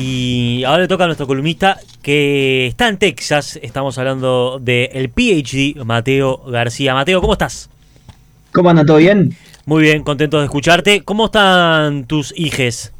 Y ahora le toca a nuestro columnista que está en Texas. Estamos hablando del el PhD Mateo García. Mateo, ¿cómo estás? ¿Cómo anda? ¿Todo bien? Muy bien, contento de escucharte. ¿Cómo están tus hijes?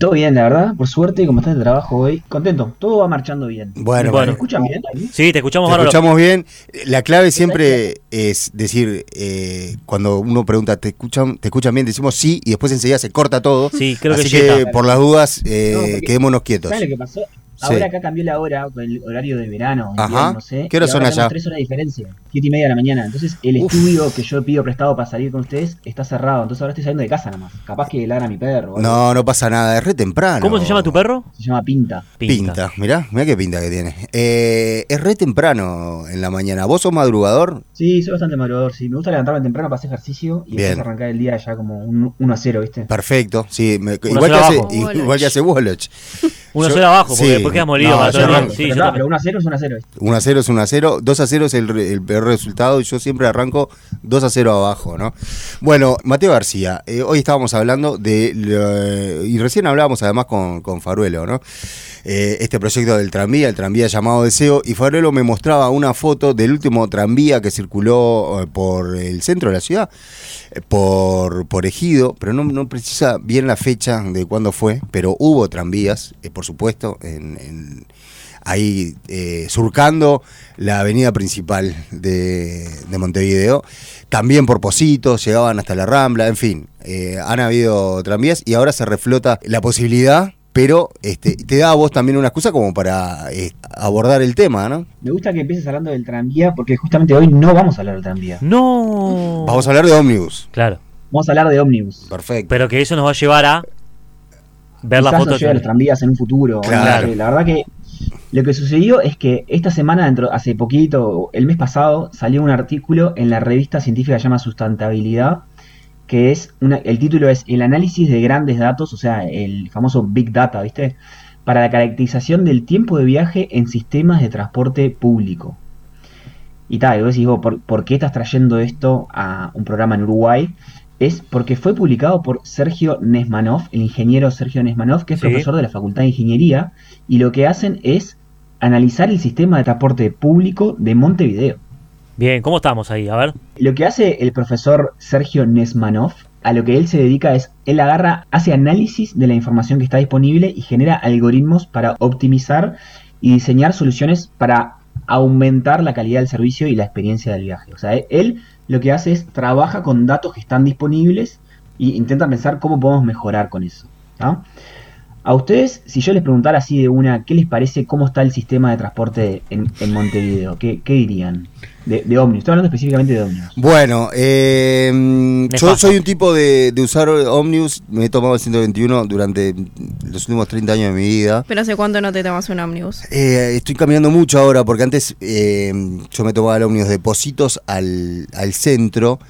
Todo bien, la verdad. Por suerte, como estás de trabajo hoy, contento. Todo va marchando bien. Bueno, ¿Me bueno. escuchan bien? ahí? Sí, te escuchamos Te ahora. escuchamos bien. La clave siempre es decir, eh, cuando uno pregunta, ¿te escuchan, ¿te escuchan bien? Decimos sí y después enseguida se corta todo. Sí, creo Así que sí que, está. por las dudas, eh, No, porque- quedémonos quietos. ¿Sabes lo que pasó? Sí. Ahora acá cambió la hora, con el horario de verano, Ajá. invierno, no sé. ¿Qué horas y son ahora allá? tenemos tres horas de diferencia, siete y media de la mañana. Entonces, el Uf. estudio que yo pido prestado para salir con ustedes está cerrado. Entonces, ahora estoy saliendo de casa nada más. Capaz que ladra mi perro. o algo. No, no pasa nada, es re temprano. ¿Cómo se llama tu perro? Se llama Pinta. Pinta. mirá, mirá qué pinta que tiene. Eh, es re temprano en la mañana. ¿Vos sos madrugador? Sí, soy bastante madrugador. Sí, me gusta levantarme temprano para hacer ejercicio y Bien. después arrancar el día ya como un 1 a 0, ¿viste? Perfecto, sí. me- Uno igual, que solo hace, abajo. igual Woloch. que hace Woloch. Uno Yo- solo abajo, porque sí. después queda molido. No, para yo todo el arranco. día. Sí, yo pero, está, también. pero 1 a 0 es 1 a 0. 1 a 0 es 1 a 0, 2 a 0 es el, re- el peor resultado y yo siempre arranco 2 a 0 abajo, ¿no? Bueno, Mateo García, eh, hoy estábamos hablando de, lo- y recién hablábamos además con, con Faruelo, ¿no? Eh, este proyecto del tranvía, el tranvía llamado Deseo, y Faruelo me mostraba una foto del último tranvía que circuló eh, por el centro de la ciudad, eh, por, por Ejido, pero no, no precisa bien la fecha de cuándo fue, pero hubo tranvías, eh, por supuesto, en- en, ahí eh, surcando la avenida principal de, de Montevideo. También por Positos, llegaban hasta la Rambla, en fin, eh, han habido tranvías y ahora se reflota la posibilidad, pero este, te da a vos también una excusa como para eh, abordar el tema, ¿no? Me gusta que empieces hablando del tranvía porque justamente hoy no vamos a hablar del tranvía. No. Vamos a hablar de ómnibus. Claro. Vamos a hablar de ómnibus. Perfecto. Pero que eso nos va a llevar a ver la Quizás foto. nos lleve a los tranvías en un futuro. Claro. No sé, La verdad que lo que sucedió es que esta semana, dentro, hace poquito, el mes pasado, salió un artículo en la revista científica que se llama Sustentabilidad, que es una- el título es El análisis de grandes datos, o sea, el famoso Big Data, ¿viste? Para la caracterización del tiempo de viaje en sistemas de transporte público. Y tal, y vos decís, vos, ¿por, por qué estás trayendo esto a un programa en Uruguay? Es porque fue publicado por Sergio Nesmanov, el ingeniero Sergio Nesmanov, que es Sí. profesor de la Facultad de Ingeniería, y lo que hacen es analizar el sistema de transporte público de Montevideo. Bien, ¿cómo estamos ahí? A ver. Lo que hace el profesor Sergio Nesmanov, a lo que él se dedica es, él agarra, hace análisis de la información que está disponible y genera algoritmos para optimizar y diseñar soluciones para aumentar la calidad del servicio y la experiencia del viaje. O sea, e- él lo que hace es trabaja con datos que están disponibles e intenta pensar cómo podemos mejorar con eso. ¿tá? A ustedes, si yo les preguntara así de una, ¿qué les parece cómo está el sistema de transporte en, en Montevideo? ¿Qué, qué dirían? De, de ómnibus, estoy hablando específicamente de ómnibus. Bueno, eh, yo Nefasto. soy un tipo de, de usar ómnibus, me he tomado el 121 durante los últimos 30 años de mi vida. Pero hace cuánto no te tomas un ómnibus. Eh, estoy cambiando mucho ahora, porque antes eh, yo me tomaba el ómnibus de Positos al, al centro.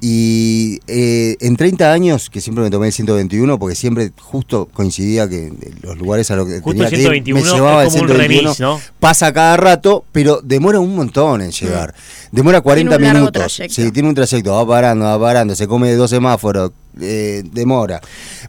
Y eh, en 30 años, que siempre me tomé el 121, porque siempre justo coincidía que los lugares a los que Justo tenía el que ir, 121 me es llevaba el como un 121. remis, ¿no? Pasa cada rato, pero demora un montón en llegar. Demora 40 Mm. un largo minutos. trayecto. Sí, tiene un trayecto, va parando, va parando, se come dos semáforos, eh, demora.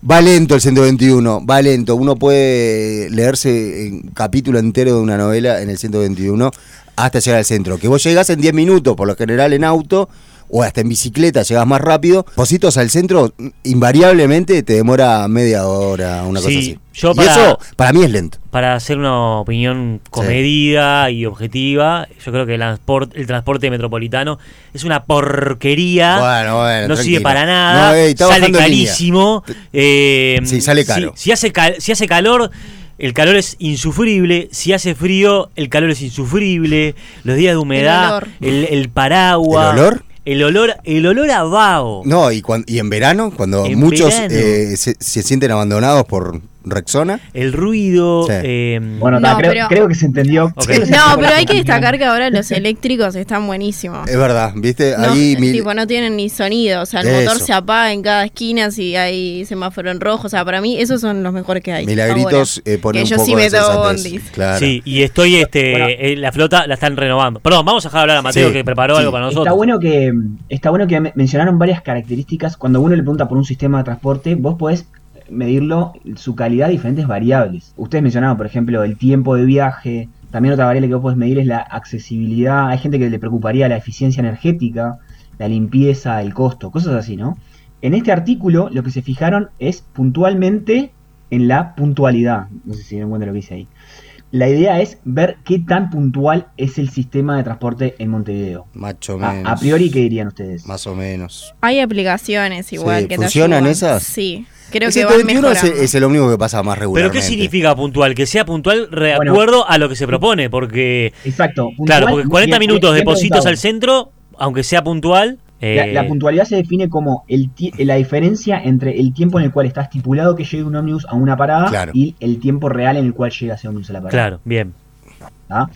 Va lento el 121, va lento. Uno puede leerse el capítulo entero de una novela en el 121 hasta llegar al centro. Que vos llegás en 10 minutos, por lo general en auto, o hasta en bicicleta, llegás más rápido. Positos al centro, mm, invariablemente te demora media hora, una cosa Sí, así. yo y para- eso para mí es lento. Para hacer una opinión comedida y objetiva, yo creo que el, transport- el transporte metropolitano es una porquería. Bueno, bueno, no sirve tranquilo. para nada. No, ey, está sale bajando en línea. carísimo. eh, Sí, sale caro. Si, si hace cal- si hace calor, el calor es insufrible. Si hace frío, el calor es insufrible. Los días de humedad, olor. el, el paraguas. ¿El olor? El olor, el olor a vaho. No, y, cuan- y en verano, cuando En muchos verano. eh, se, se sienten abandonados por Rexona. El ruido. Sí. eh, Bueno, No, ta, creo, pero- creo que se entendió. Ok. Creo que se No, entendió pero la hay que confusión. destacar que ahora los eléctricos están buenísimos. Es verdad, ¿viste? No, Eh, Ahí eh, mi- tipo, no tienen ni sonido, o sea, el motor Eso. se apaga en cada esquina si hay semáforo en rojo, o sea, para mí esos son los mejores que hay. Milagritos ahora. eh, pone que un yo poco sí me de tomo sensatez. bondis. Claro. Sí, y estoy, este, Bueno. eh, la flota la están renovando. Perdón, vamos a dejar hablar a Mateo Sí, que preparó sí. algo para nosotros. Está bueno que está bueno que me- mencionaron varias características. Cuando uno le pregunta por un sistema de transporte, vos podés medirlo su calidad diferentes variables. Ustedes mencionaban, por ejemplo, el tiempo de viaje. También otra variable que vos podés medir es la accesibilidad. Hay gente que le preocuparía la eficiencia energética, la limpieza, el costo, cosas así, ¿no? En este artículo lo que se fijaron es puntualmente en la puntualidad. No sé si dieron cuenta de lo que hice ahí. La idea es ver qué tan puntual es el sistema de transporte en Montevideo. Macho menos. A, a priori, ¿qué dirían ustedes? Más o menos. Hay aplicaciones igual Sí, que te ¿funcionan ayudan. esas? Sí, creo El que van 121 es, mejorando. el- es el único que pasa más Pero regularmente. ¿qué significa puntual? Que sea puntual de Bueno. acuerdo a lo que se propone, porque... Exacto. puntual, Claro, porque 40 siempre- minutos de siempre Positos puntual. al centro, aunque sea puntual... La, eh, la puntualidad se define como el ti- la diferencia entre el tiempo en el cual está estipulado que llegue un ómnibus a una parada Claro. y el tiempo real en el cual llega ese ómnibus a la parada. Claro, bien. ¿tá?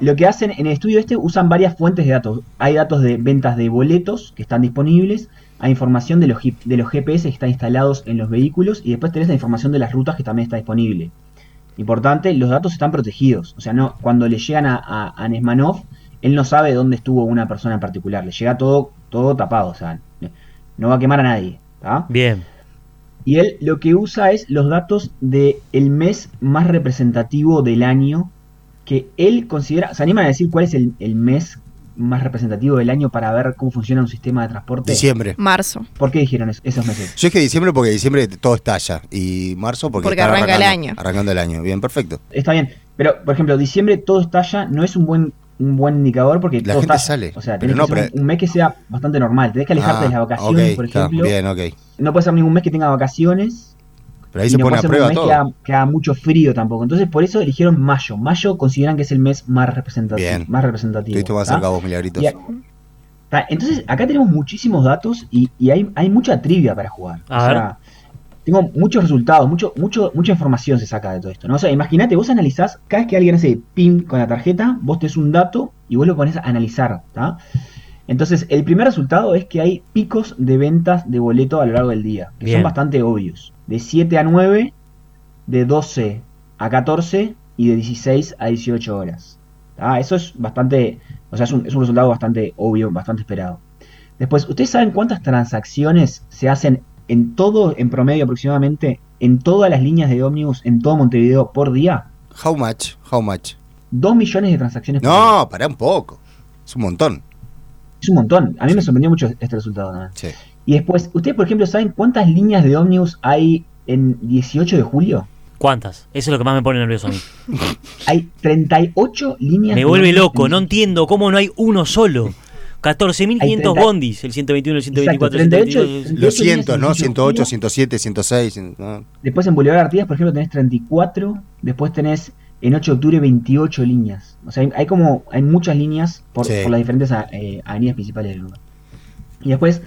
Lo que hacen en el estudio este usan varias fuentes de datos. Hay datos de ventas de boletos que están disponibles, hay información de los, G- de los GPS que están instalados en los vehículos y después tenés la información de las rutas que también está disponible. Importante, los datos están protegidos. O sea, no, cuando le llegan a, a, a Nesmanov, él no sabe dónde estuvo una persona en particular. Le llega todo, todo tapado. O sea, no va a quemar a nadie. ¿tá? Bien. Y él lo que usa es los datos del el mes más representativo del año que él considera. ¿Se animan a decir cuál es el, el mes más representativo del año para ver cómo funciona un sistema de transporte? Diciembre. Marzo, ¿Por qué dijeron eso- esos meses? Yo es que diciembre porque diciembre todo estalla. Y marzo porque, Porque están arranca el arrancando- año. Arrancando el año. Bien, perfecto. Está bien, pero por ejemplo, diciembre todo estalla, no es un buen un buen indicador porque La todo gente estalla. sale, O sea, pero tenés no, que hacer pero- un, un mes que sea bastante normal. Tenés que alejarte Ah, de las vacaciones, ok, por está, ejemplo. bien, ok. No puede ser ningún mes que tenga vacaciones. Pero ahí y se no pone a puede ser un prueba mes todo. Que haga, que haga mucho frío tampoco. Entonces, por eso eligieron mayo. Mayo consideran que es el mes más representativo. Bien. Más representativo Estuviste más ¿tá? cerca vos, Milagritos. Y a- ta- Entonces, acá tenemos muchísimos datos y, y hay, hay mucha trivia para jugar. A o ver. sea, tengo muchos resultados, mucho, mucho, mucha información se saca de todo esto. ¿no? O sea, imagínate, vos analizás, cada vez que alguien hace ping con la tarjeta, vos te es un dato y vos lo pones a analizar. ¿tá? Entonces, el primer resultado es que hay picos de ventas de boleto a lo largo del día, que Bien. son bastante obvios. De 7 a 9, de 12 a 14 y de 16 a 18 horas. ¿tá? Eso es bastante, o sea, es un, es un resultado bastante obvio, bastante esperado. Después, ¿ustedes saben cuántas transacciones se hacen en todo, en promedio aproximadamente, en todas las líneas de ómnibus en todo Montevideo por día? How much? How much? Dos millones de transacciones por día. No, pará un poco. Es un montón. Es un montón. A mí me sorprendió mucho este resultado. ¿no? Sí. Y después, ¿ustedes, por ejemplo, saben cuántas líneas de ómnibus hay en 18 de julio? ¿Cuántas? Eso es lo que más me pone nervioso a mí. Hay 38 líneas Me de vuelve ómnibus loco, en no entiendo cómo no hay uno solo. 14.500 30. bondis, el 121, el 124, el Exacto, 132. 38. Los cientos, ¿no? 108, 108, 107, 106. ¿no? Después en Boulevard Artigas, por ejemplo, tenés 34. Después tenés en 8 de octubre 28 líneas. O sea, hay, hay como hay muchas líneas por, Sí. por las diferentes a- eh, avenidas principales del lugar. Y después,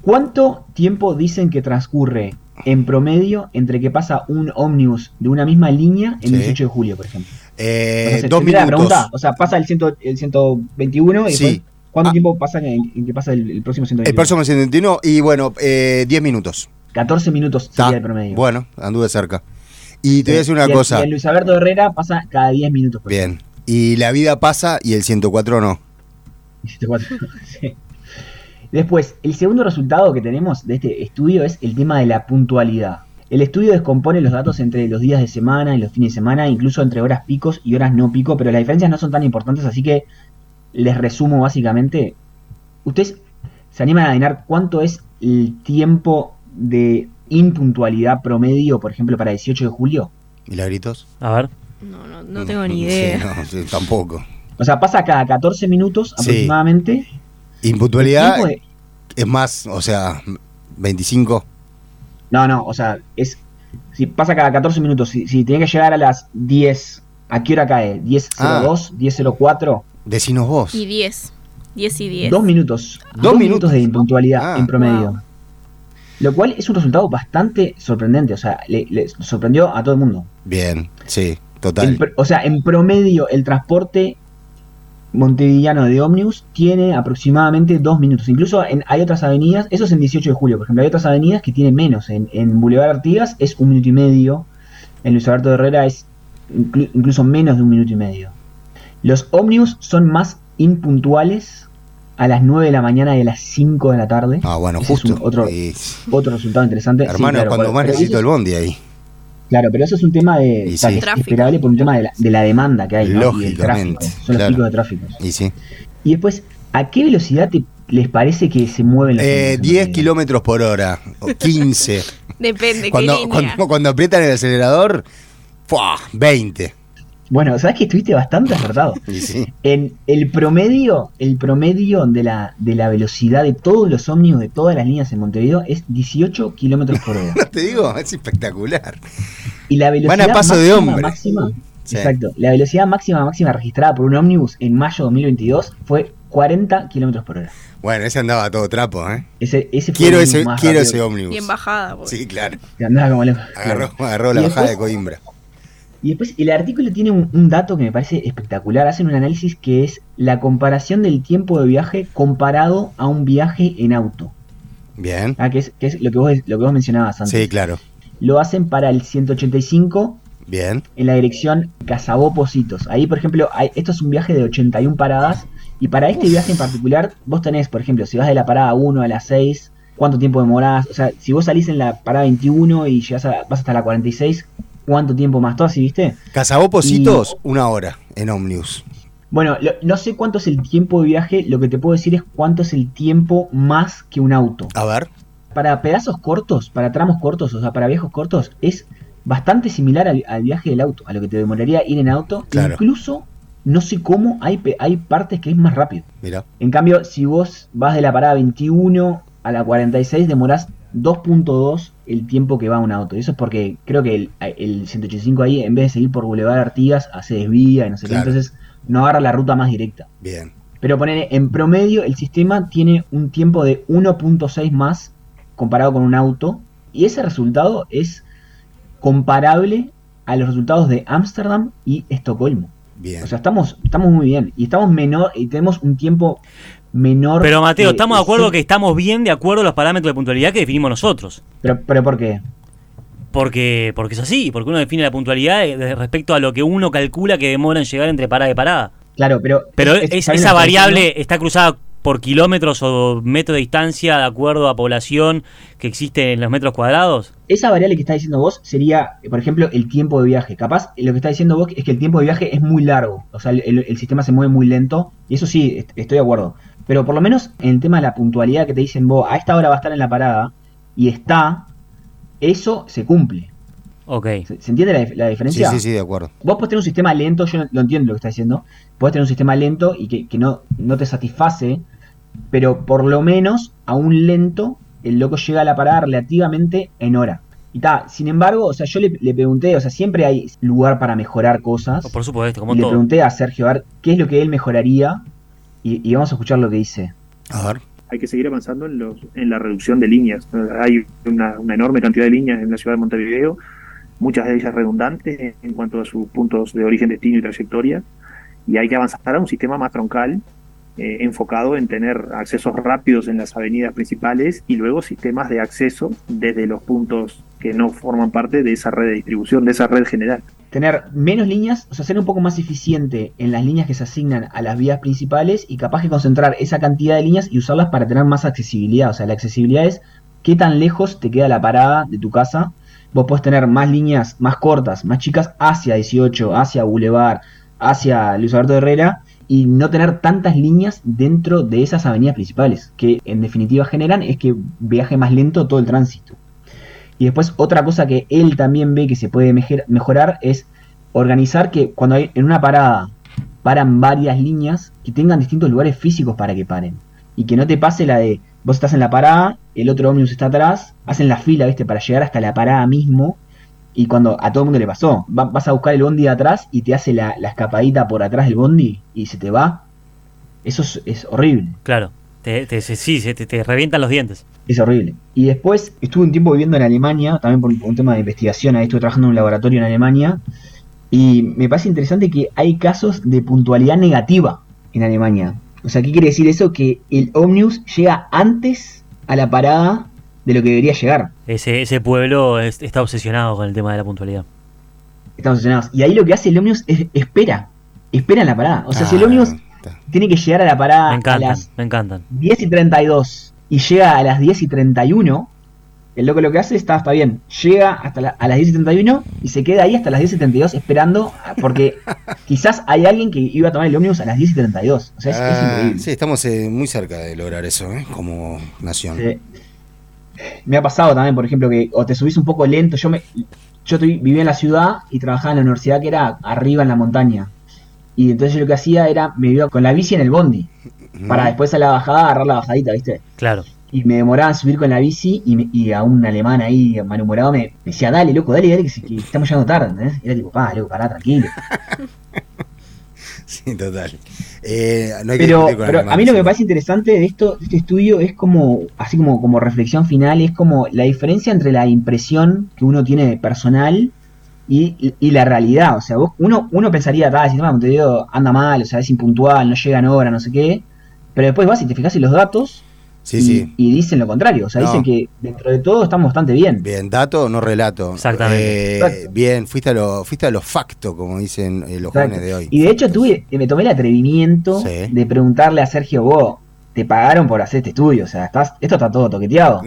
¿cuánto tiempo dicen que transcurre en promedio entre que pasa un ómnibus de una misma línea en Sí. 18 de julio, por ejemplo? Eh, O sea, se- dos se tira la minutos. pregunta, o sea, pasa el, ciento- el 121 y Sí. después, ¿cuánto Ah. tiempo pasa en, en que pasa el, el próximo 121? El próximo 121 y bueno, eh, 10 minutos. 14 minutos Ta. sería el promedio. Eh, Bueno, anduve cerca. Y te voy a decir una Y el- cosa. y el Luis Alberto Herrera pasa cada 10 minutos. por Bien. Y la vida pasa y el 104 no. Hiciste cuatro. Sí. Después, el segundo resultado que tenemos de este estudio es el tema de la puntualidad. El estudio descompone los datos entre los días de semana y los fines de semana, incluso entre horas picos y horas no pico, pero las diferencias no son tan importantes, así que les resumo básicamente. ¿Ustedes se animan a adivinar cuánto es el tiempo de impuntualidad promedio, por ejemplo, para 18 de julio? ¿Milagritos? Mm, A ver, no, no, no tengo ni idea. Sí, no, sí, tampoco. O sea, pasa cada 14 minutos Sí. aproximadamente. El Impuntualidad tiempo de- es más, o sea, 25. No, no, o sea, es. Si pasa cada 14 minutos, si, si tiene que llegar a las 10, ¿a qué hora cae? ¿10.02? Ah. ¿10.04? Decinos vos. Y 10. 10 y 10. Dos minutos. Dos Dos minutos. minutos de impuntualidad Ah. en promedio. Wow. Lo cual es un resultado bastante sorprendente, o sea, le, le sorprendió a todo el mundo. Bien, sí, En total. pr- o sea, en promedio, el transporte montevideano de ómnibus tiene aproximadamente dos minutos. Incluso en, hay otras avenidas, eso es en 18 de julio, por ejemplo, hay otras avenidas que tienen menos. En, en Boulevard Artigas es un minuto y medio, en Luis Alberto Herrera es inclu- incluso menos de un minuto y medio. Los ómnibus son más impuntuales a las 9 de la mañana y a las 5 de la tarde. Ah, bueno, Ese es justo. un otro, Eh, otro resultado interesante. Sí, hermano, claro, cuando pero- más pero necesito eso- el bondi ahí. Claro, pero eso es un tema de Y o sea, sí. que es Tráfico. esperable por un tema de la, de la demanda que hay. ¿no? Y del Lógicamente, tráfico. Son los claro. picos de tráfico. Y sí. Y después, ¿a qué velocidad te- les parece que se mueven los Eh, autos en 10 Montevideo? kilómetros por hora, o 15. Depende qué cuando, línea. cuando, cuando aprietan el acelerador, ¡fua! 20. Bueno, ¿sabes que estuviste bastante acertado? Y sí. En el promedio, el promedio de la, de la velocidad de todos los ómnibus de todas las líneas en Montevideo es 18 kilómetros por hora. No te digo, es espectacular. Y la velocidad Van a paso de máxima, hombre. máxima, Sí. exacto, la velocidad máxima máxima registrada por un ómnibus en mayo de 2022 fue 40 kilómetros por hora. Bueno, ese andaba a todo trapo, ¿eh? Ese, ese fue Quiero el ese, más quiero rápido ese ómnibus. Y en bajada, pues. porque- Sí, claro. que andaba como loco. Agarró, Claro. agarró la Y bajada de después- Coimbra. Y después el artículo tiene un, un dato que me parece espectacular. Hacen un análisis que es la comparación del tiempo de viaje comparado a un viaje en auto. Bien. Ah, que es, que es lo, que vos, lo que vos mencionabas antes. Sí, claro. Lo hacen para el 185 Bien. en la dirección Casabó-Positos. Ahí, por ejemplo, hay- esto es un viaje de 81 paradas. Y para este viaje en particular, vos tenés, por ejemplo, si vas de la parada 1 a la 6, cuánto tiempo demorás. O sea, si vos salís en la parada 21 y llegás a- vas hasta la 46, cuánto tiempo más. ¿Todo así, viste? Cazabopositos, una hora en ómnibus. Bueno, lo- no sé cuánto es el tiempo de viaje, lo que te puedo decir es cuánto es el tiempo más que un auto. A ver. Para pedazos cortos, para tramos cortos, o sea, para viejos cortos, es bastante similar al, al viaje del auto, a lo que te demoraría ir en auto. Claro. Incluso, no sé cómo, hay, pe- hay partes que es más rápido. Mira. En cambio, si vos vas de la parada 21 a la 46, demorás 2.2 el tiempo que va un auto. Y eso es porque creo que el, el 185 ahí, en vez de seguir por Boulevard Artigas, hace desvía y no sé Claro. qué. Entonces, no agarra la ruta más directa. Bien. Pero poner en promedio, el sistema tiene un tiempo de 1.6 más comparado con un auto. Y ese resultado es comparable a los resultados de Ámsterdam y Estocolmo. Bien. O sea, estamos, estamos muy bien. Y estamos menor, y tenemos un tiempo menor. Pero Mateo, eh, estamos de eh, acuerdo sí. que estamos bien de acuerdo a los parámetros de puntualidad que definimos nosotros. Pero, pero ¿por qué? Porque, porque es así, porque uno define la puntualidad eh, de- respecto a lo que uno calcula que demora en llegar entre parada y parada. Claro, pero. Pero es- es- esa está bien lo que estás variable diciendo. está cruzada por kilómetros o metros de distancia de acuerdo a población que existe en los metros cuadrados. Esa variable que estás diciendo vos sería, eh, por ejemplo, el tiempo de viaje. Capaz, eh, lo que estás diciendo vos es que el tiempo de viaje es muy largo. O sea, el, el- el sistema se mueve muy lento. Y eso sí, est- estoy de acuerdo. Pero por lo menos en el tema de la puntualidad que te dicen vos, a esta hora va a estar en la parada y está, eso se cumple. Ok. ¿Se, se entiende la, dif- la Sí, diferencia? sí, sí, de acuerdo. Vos podés tener un sistema lento, yo lo entiendo lo que estás diciendo, podés tener un sistema lento y que, que no, no te satisface, pero por lo menos a un lento el loco llega a la parada relativamente en hora. Y ta, sin embargo, o sea, yo le, le pregunté, o sea, siempre hay lugar para mejorar cosas. Por supuesto, Y como le todo. pregunté a Sergio a ver qué es lo que él mejoraría y, y vamos a escuchar lo que dice. A ver. hay que seguir avanzando en, los, en la reducción de líneas. Eh, Hay una, una enorme cantidad de líneas en la ciudad de Montevideo, muchas de ellas redundantes en- en cuanto a sus puntos de origen, destino y trayectoria, y hay que avanzar a un sistema más troncal, eh, enfocado en tener accesos rápidos en las avenidas principales y luego sistemas de acceso desde los puntos que no forman parte de esa red de distribución, de esa red general. Tener menos líneas, o sea, ser un poco más eficiente en las líneas que se asignan a las vías principales y capaz de concentrar esa cantidad de líneas y usarlas para tener más accesibilidad. O sea, la accesibilidad es qué tan lejos te queda la parada de tu casa. Vos podés tener más líneas más cortas, más chicas, hacia 18, hacia Boulevard, hacia Luis Alberto Herrera, y no tener tantas líneas dentro de esas avenidas principales, que en definitiva generan es que viaje más lento todo el tránsito. Y después otra cosa que él también ve que se puede mejer- mejorar es organizar que cuando hay en una parada paran varias líneas, que tengan distintos lugares físicos para que paren. Y que no te pase la de vos estás en la parada, el otro ómnibus está atrás, hacen la fila, ¿viste? Para llegar hasta la parada mismo. Y cuando a todo el mundo le pasó, va- vas a buscar el bondi de atrás y te hace la, la escapadita por atrás del bondi y se te va. Eso es- es horrible. Claro. Te, te- se- sí, se- te, te revientan los dientes. Es horrible. Y después estuve un tiempo viviendo en Alemania, también por un- por un tema de investigación, ahí estuve trabajando en un laboratorio en Alemania, y me parece interesante que hay casos de puntualidad negativa en Alemania. O sea, ¿qué quiere decir eso? Que el ómnibus llega antes a la parada de lo que debería llegar. Ese, ese pueblo es- está obsesionado con el tema de la puntualidad. Estamos obsesionados. Y ahí lo que hace el ómnibus es espera. Espera en la parada. O sea, si el Ah, ómnibus está. Tiene que llegar a la parada Me a encantan, Ah, las me encantan. 10 y 32 y llega a las 10 y 31. El loco lo que hace está, está bien. Llega hasta la- a las 10 y 31 y se queda ahí hasta las 10 y 32 esperando porque quizás hay alguien que iba a tomar el ómnibus a las 10 y 32. O sea, es, es Ah, increíble. sí, estamos eh, muy cerca de lograr eso, ¿eh? Como nación. Sí. Eh, Me ha pasado también, por ejemplo, que o te subís un poco lento. Yo me yo tu- vivía en la ciudad y trabajaba en la universidad que era arriba en la montaña. Y entonces yo lo que hacía era me iba con la bici en el bondi Ujú. para después a la bajada agarrar la bajadita, ¿viste? Claro. Y me demoraba en subir con la bici y, me- y a un alemán ahí malhumorado me, me decía, dale, loco, dale, dale, que, se- que estamos llegando tarde, ¿entendés? Y era tipo, pa, loco, pará, tranquilo. Sí, total. Eh, no hay que pero, discutir con pero el a mí lo que me hermano, parece interesante de esto de este estudio es como así como como reflexión final es como la diferencia entre la impresión que uno tiene de personal y, y- y la realidad o sea vos, uno uno pensaría tal si te digo anda mal o sea es impuntual no llega en hora no sé qué pero después vas y te fijas en los datos Sí, y, sí. y dicen lo contrario o sea No. dicen que dentro de todo estamos bastante bien Bien, dato, no relato. Exactamente. Eh, Exacto. bien, fuiste a lo, fuiste a lo facto, como dicen eh, los Exacto. jóvenes de hoy. Y de hecho tuve, me tomé el atrevimiento Sí. de preguntarle a Sergio Bo, te pagaron por hacer este estudio, o sea, estás, esto está todo toqueteado.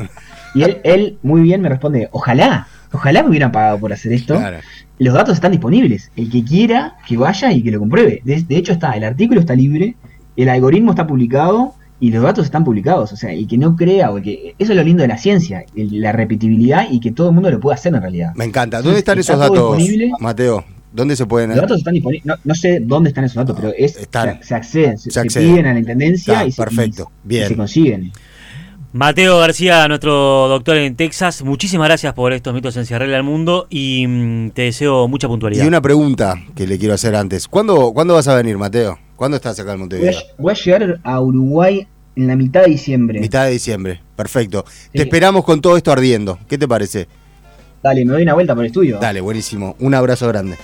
Y él, él muy bien me responde, ojalá, ojalá me hubieran pagado por hacer esto. Claro. Los datos están disponibles, el que quiera que vaya y que lo compruebe. De, de hecho está, el artículo está libre, el algoritmo está publicado y los datos están publicados, o sea, el que no crea o el que... Eso es lo lindo de la ciencia, el- la repetibilidad y que todo el mundo lo pueda hacer en realidad. Me encanta. ¿Dónde están Está esos todo datos, disponible. Mateo? ¿Dónde se pueden eh? Los datos están disponibles. No, no sé dónde están esos datos, pero es, Ah, Están. se, se acceden, se, Se se acceden. piden a la intendencia Está, y, se, perfecto. y- y Bien. se consiguen. Mateo García, nuestro doctor en Texas, muchísimas gracias por estos minutos en Ciarrela al Mundo y mm, te deseo mucha Y puntualidad. una pregunta que le quiero hacer antes. ¿Cuándo, ¿cuándo vas a venir, Mateo? ¿Cuándo estás acá Voy a, en Montevideo? voy a llegar a Uruguay en la mitad de diciembre. Mitad de diciembre. Perfecto. Te Sí. esperamos con todo esto ardiendo. ¿Qué te parece? Dale, me doy una vuelta por el estudio. Dale, buenísimo. Un abrazo grande.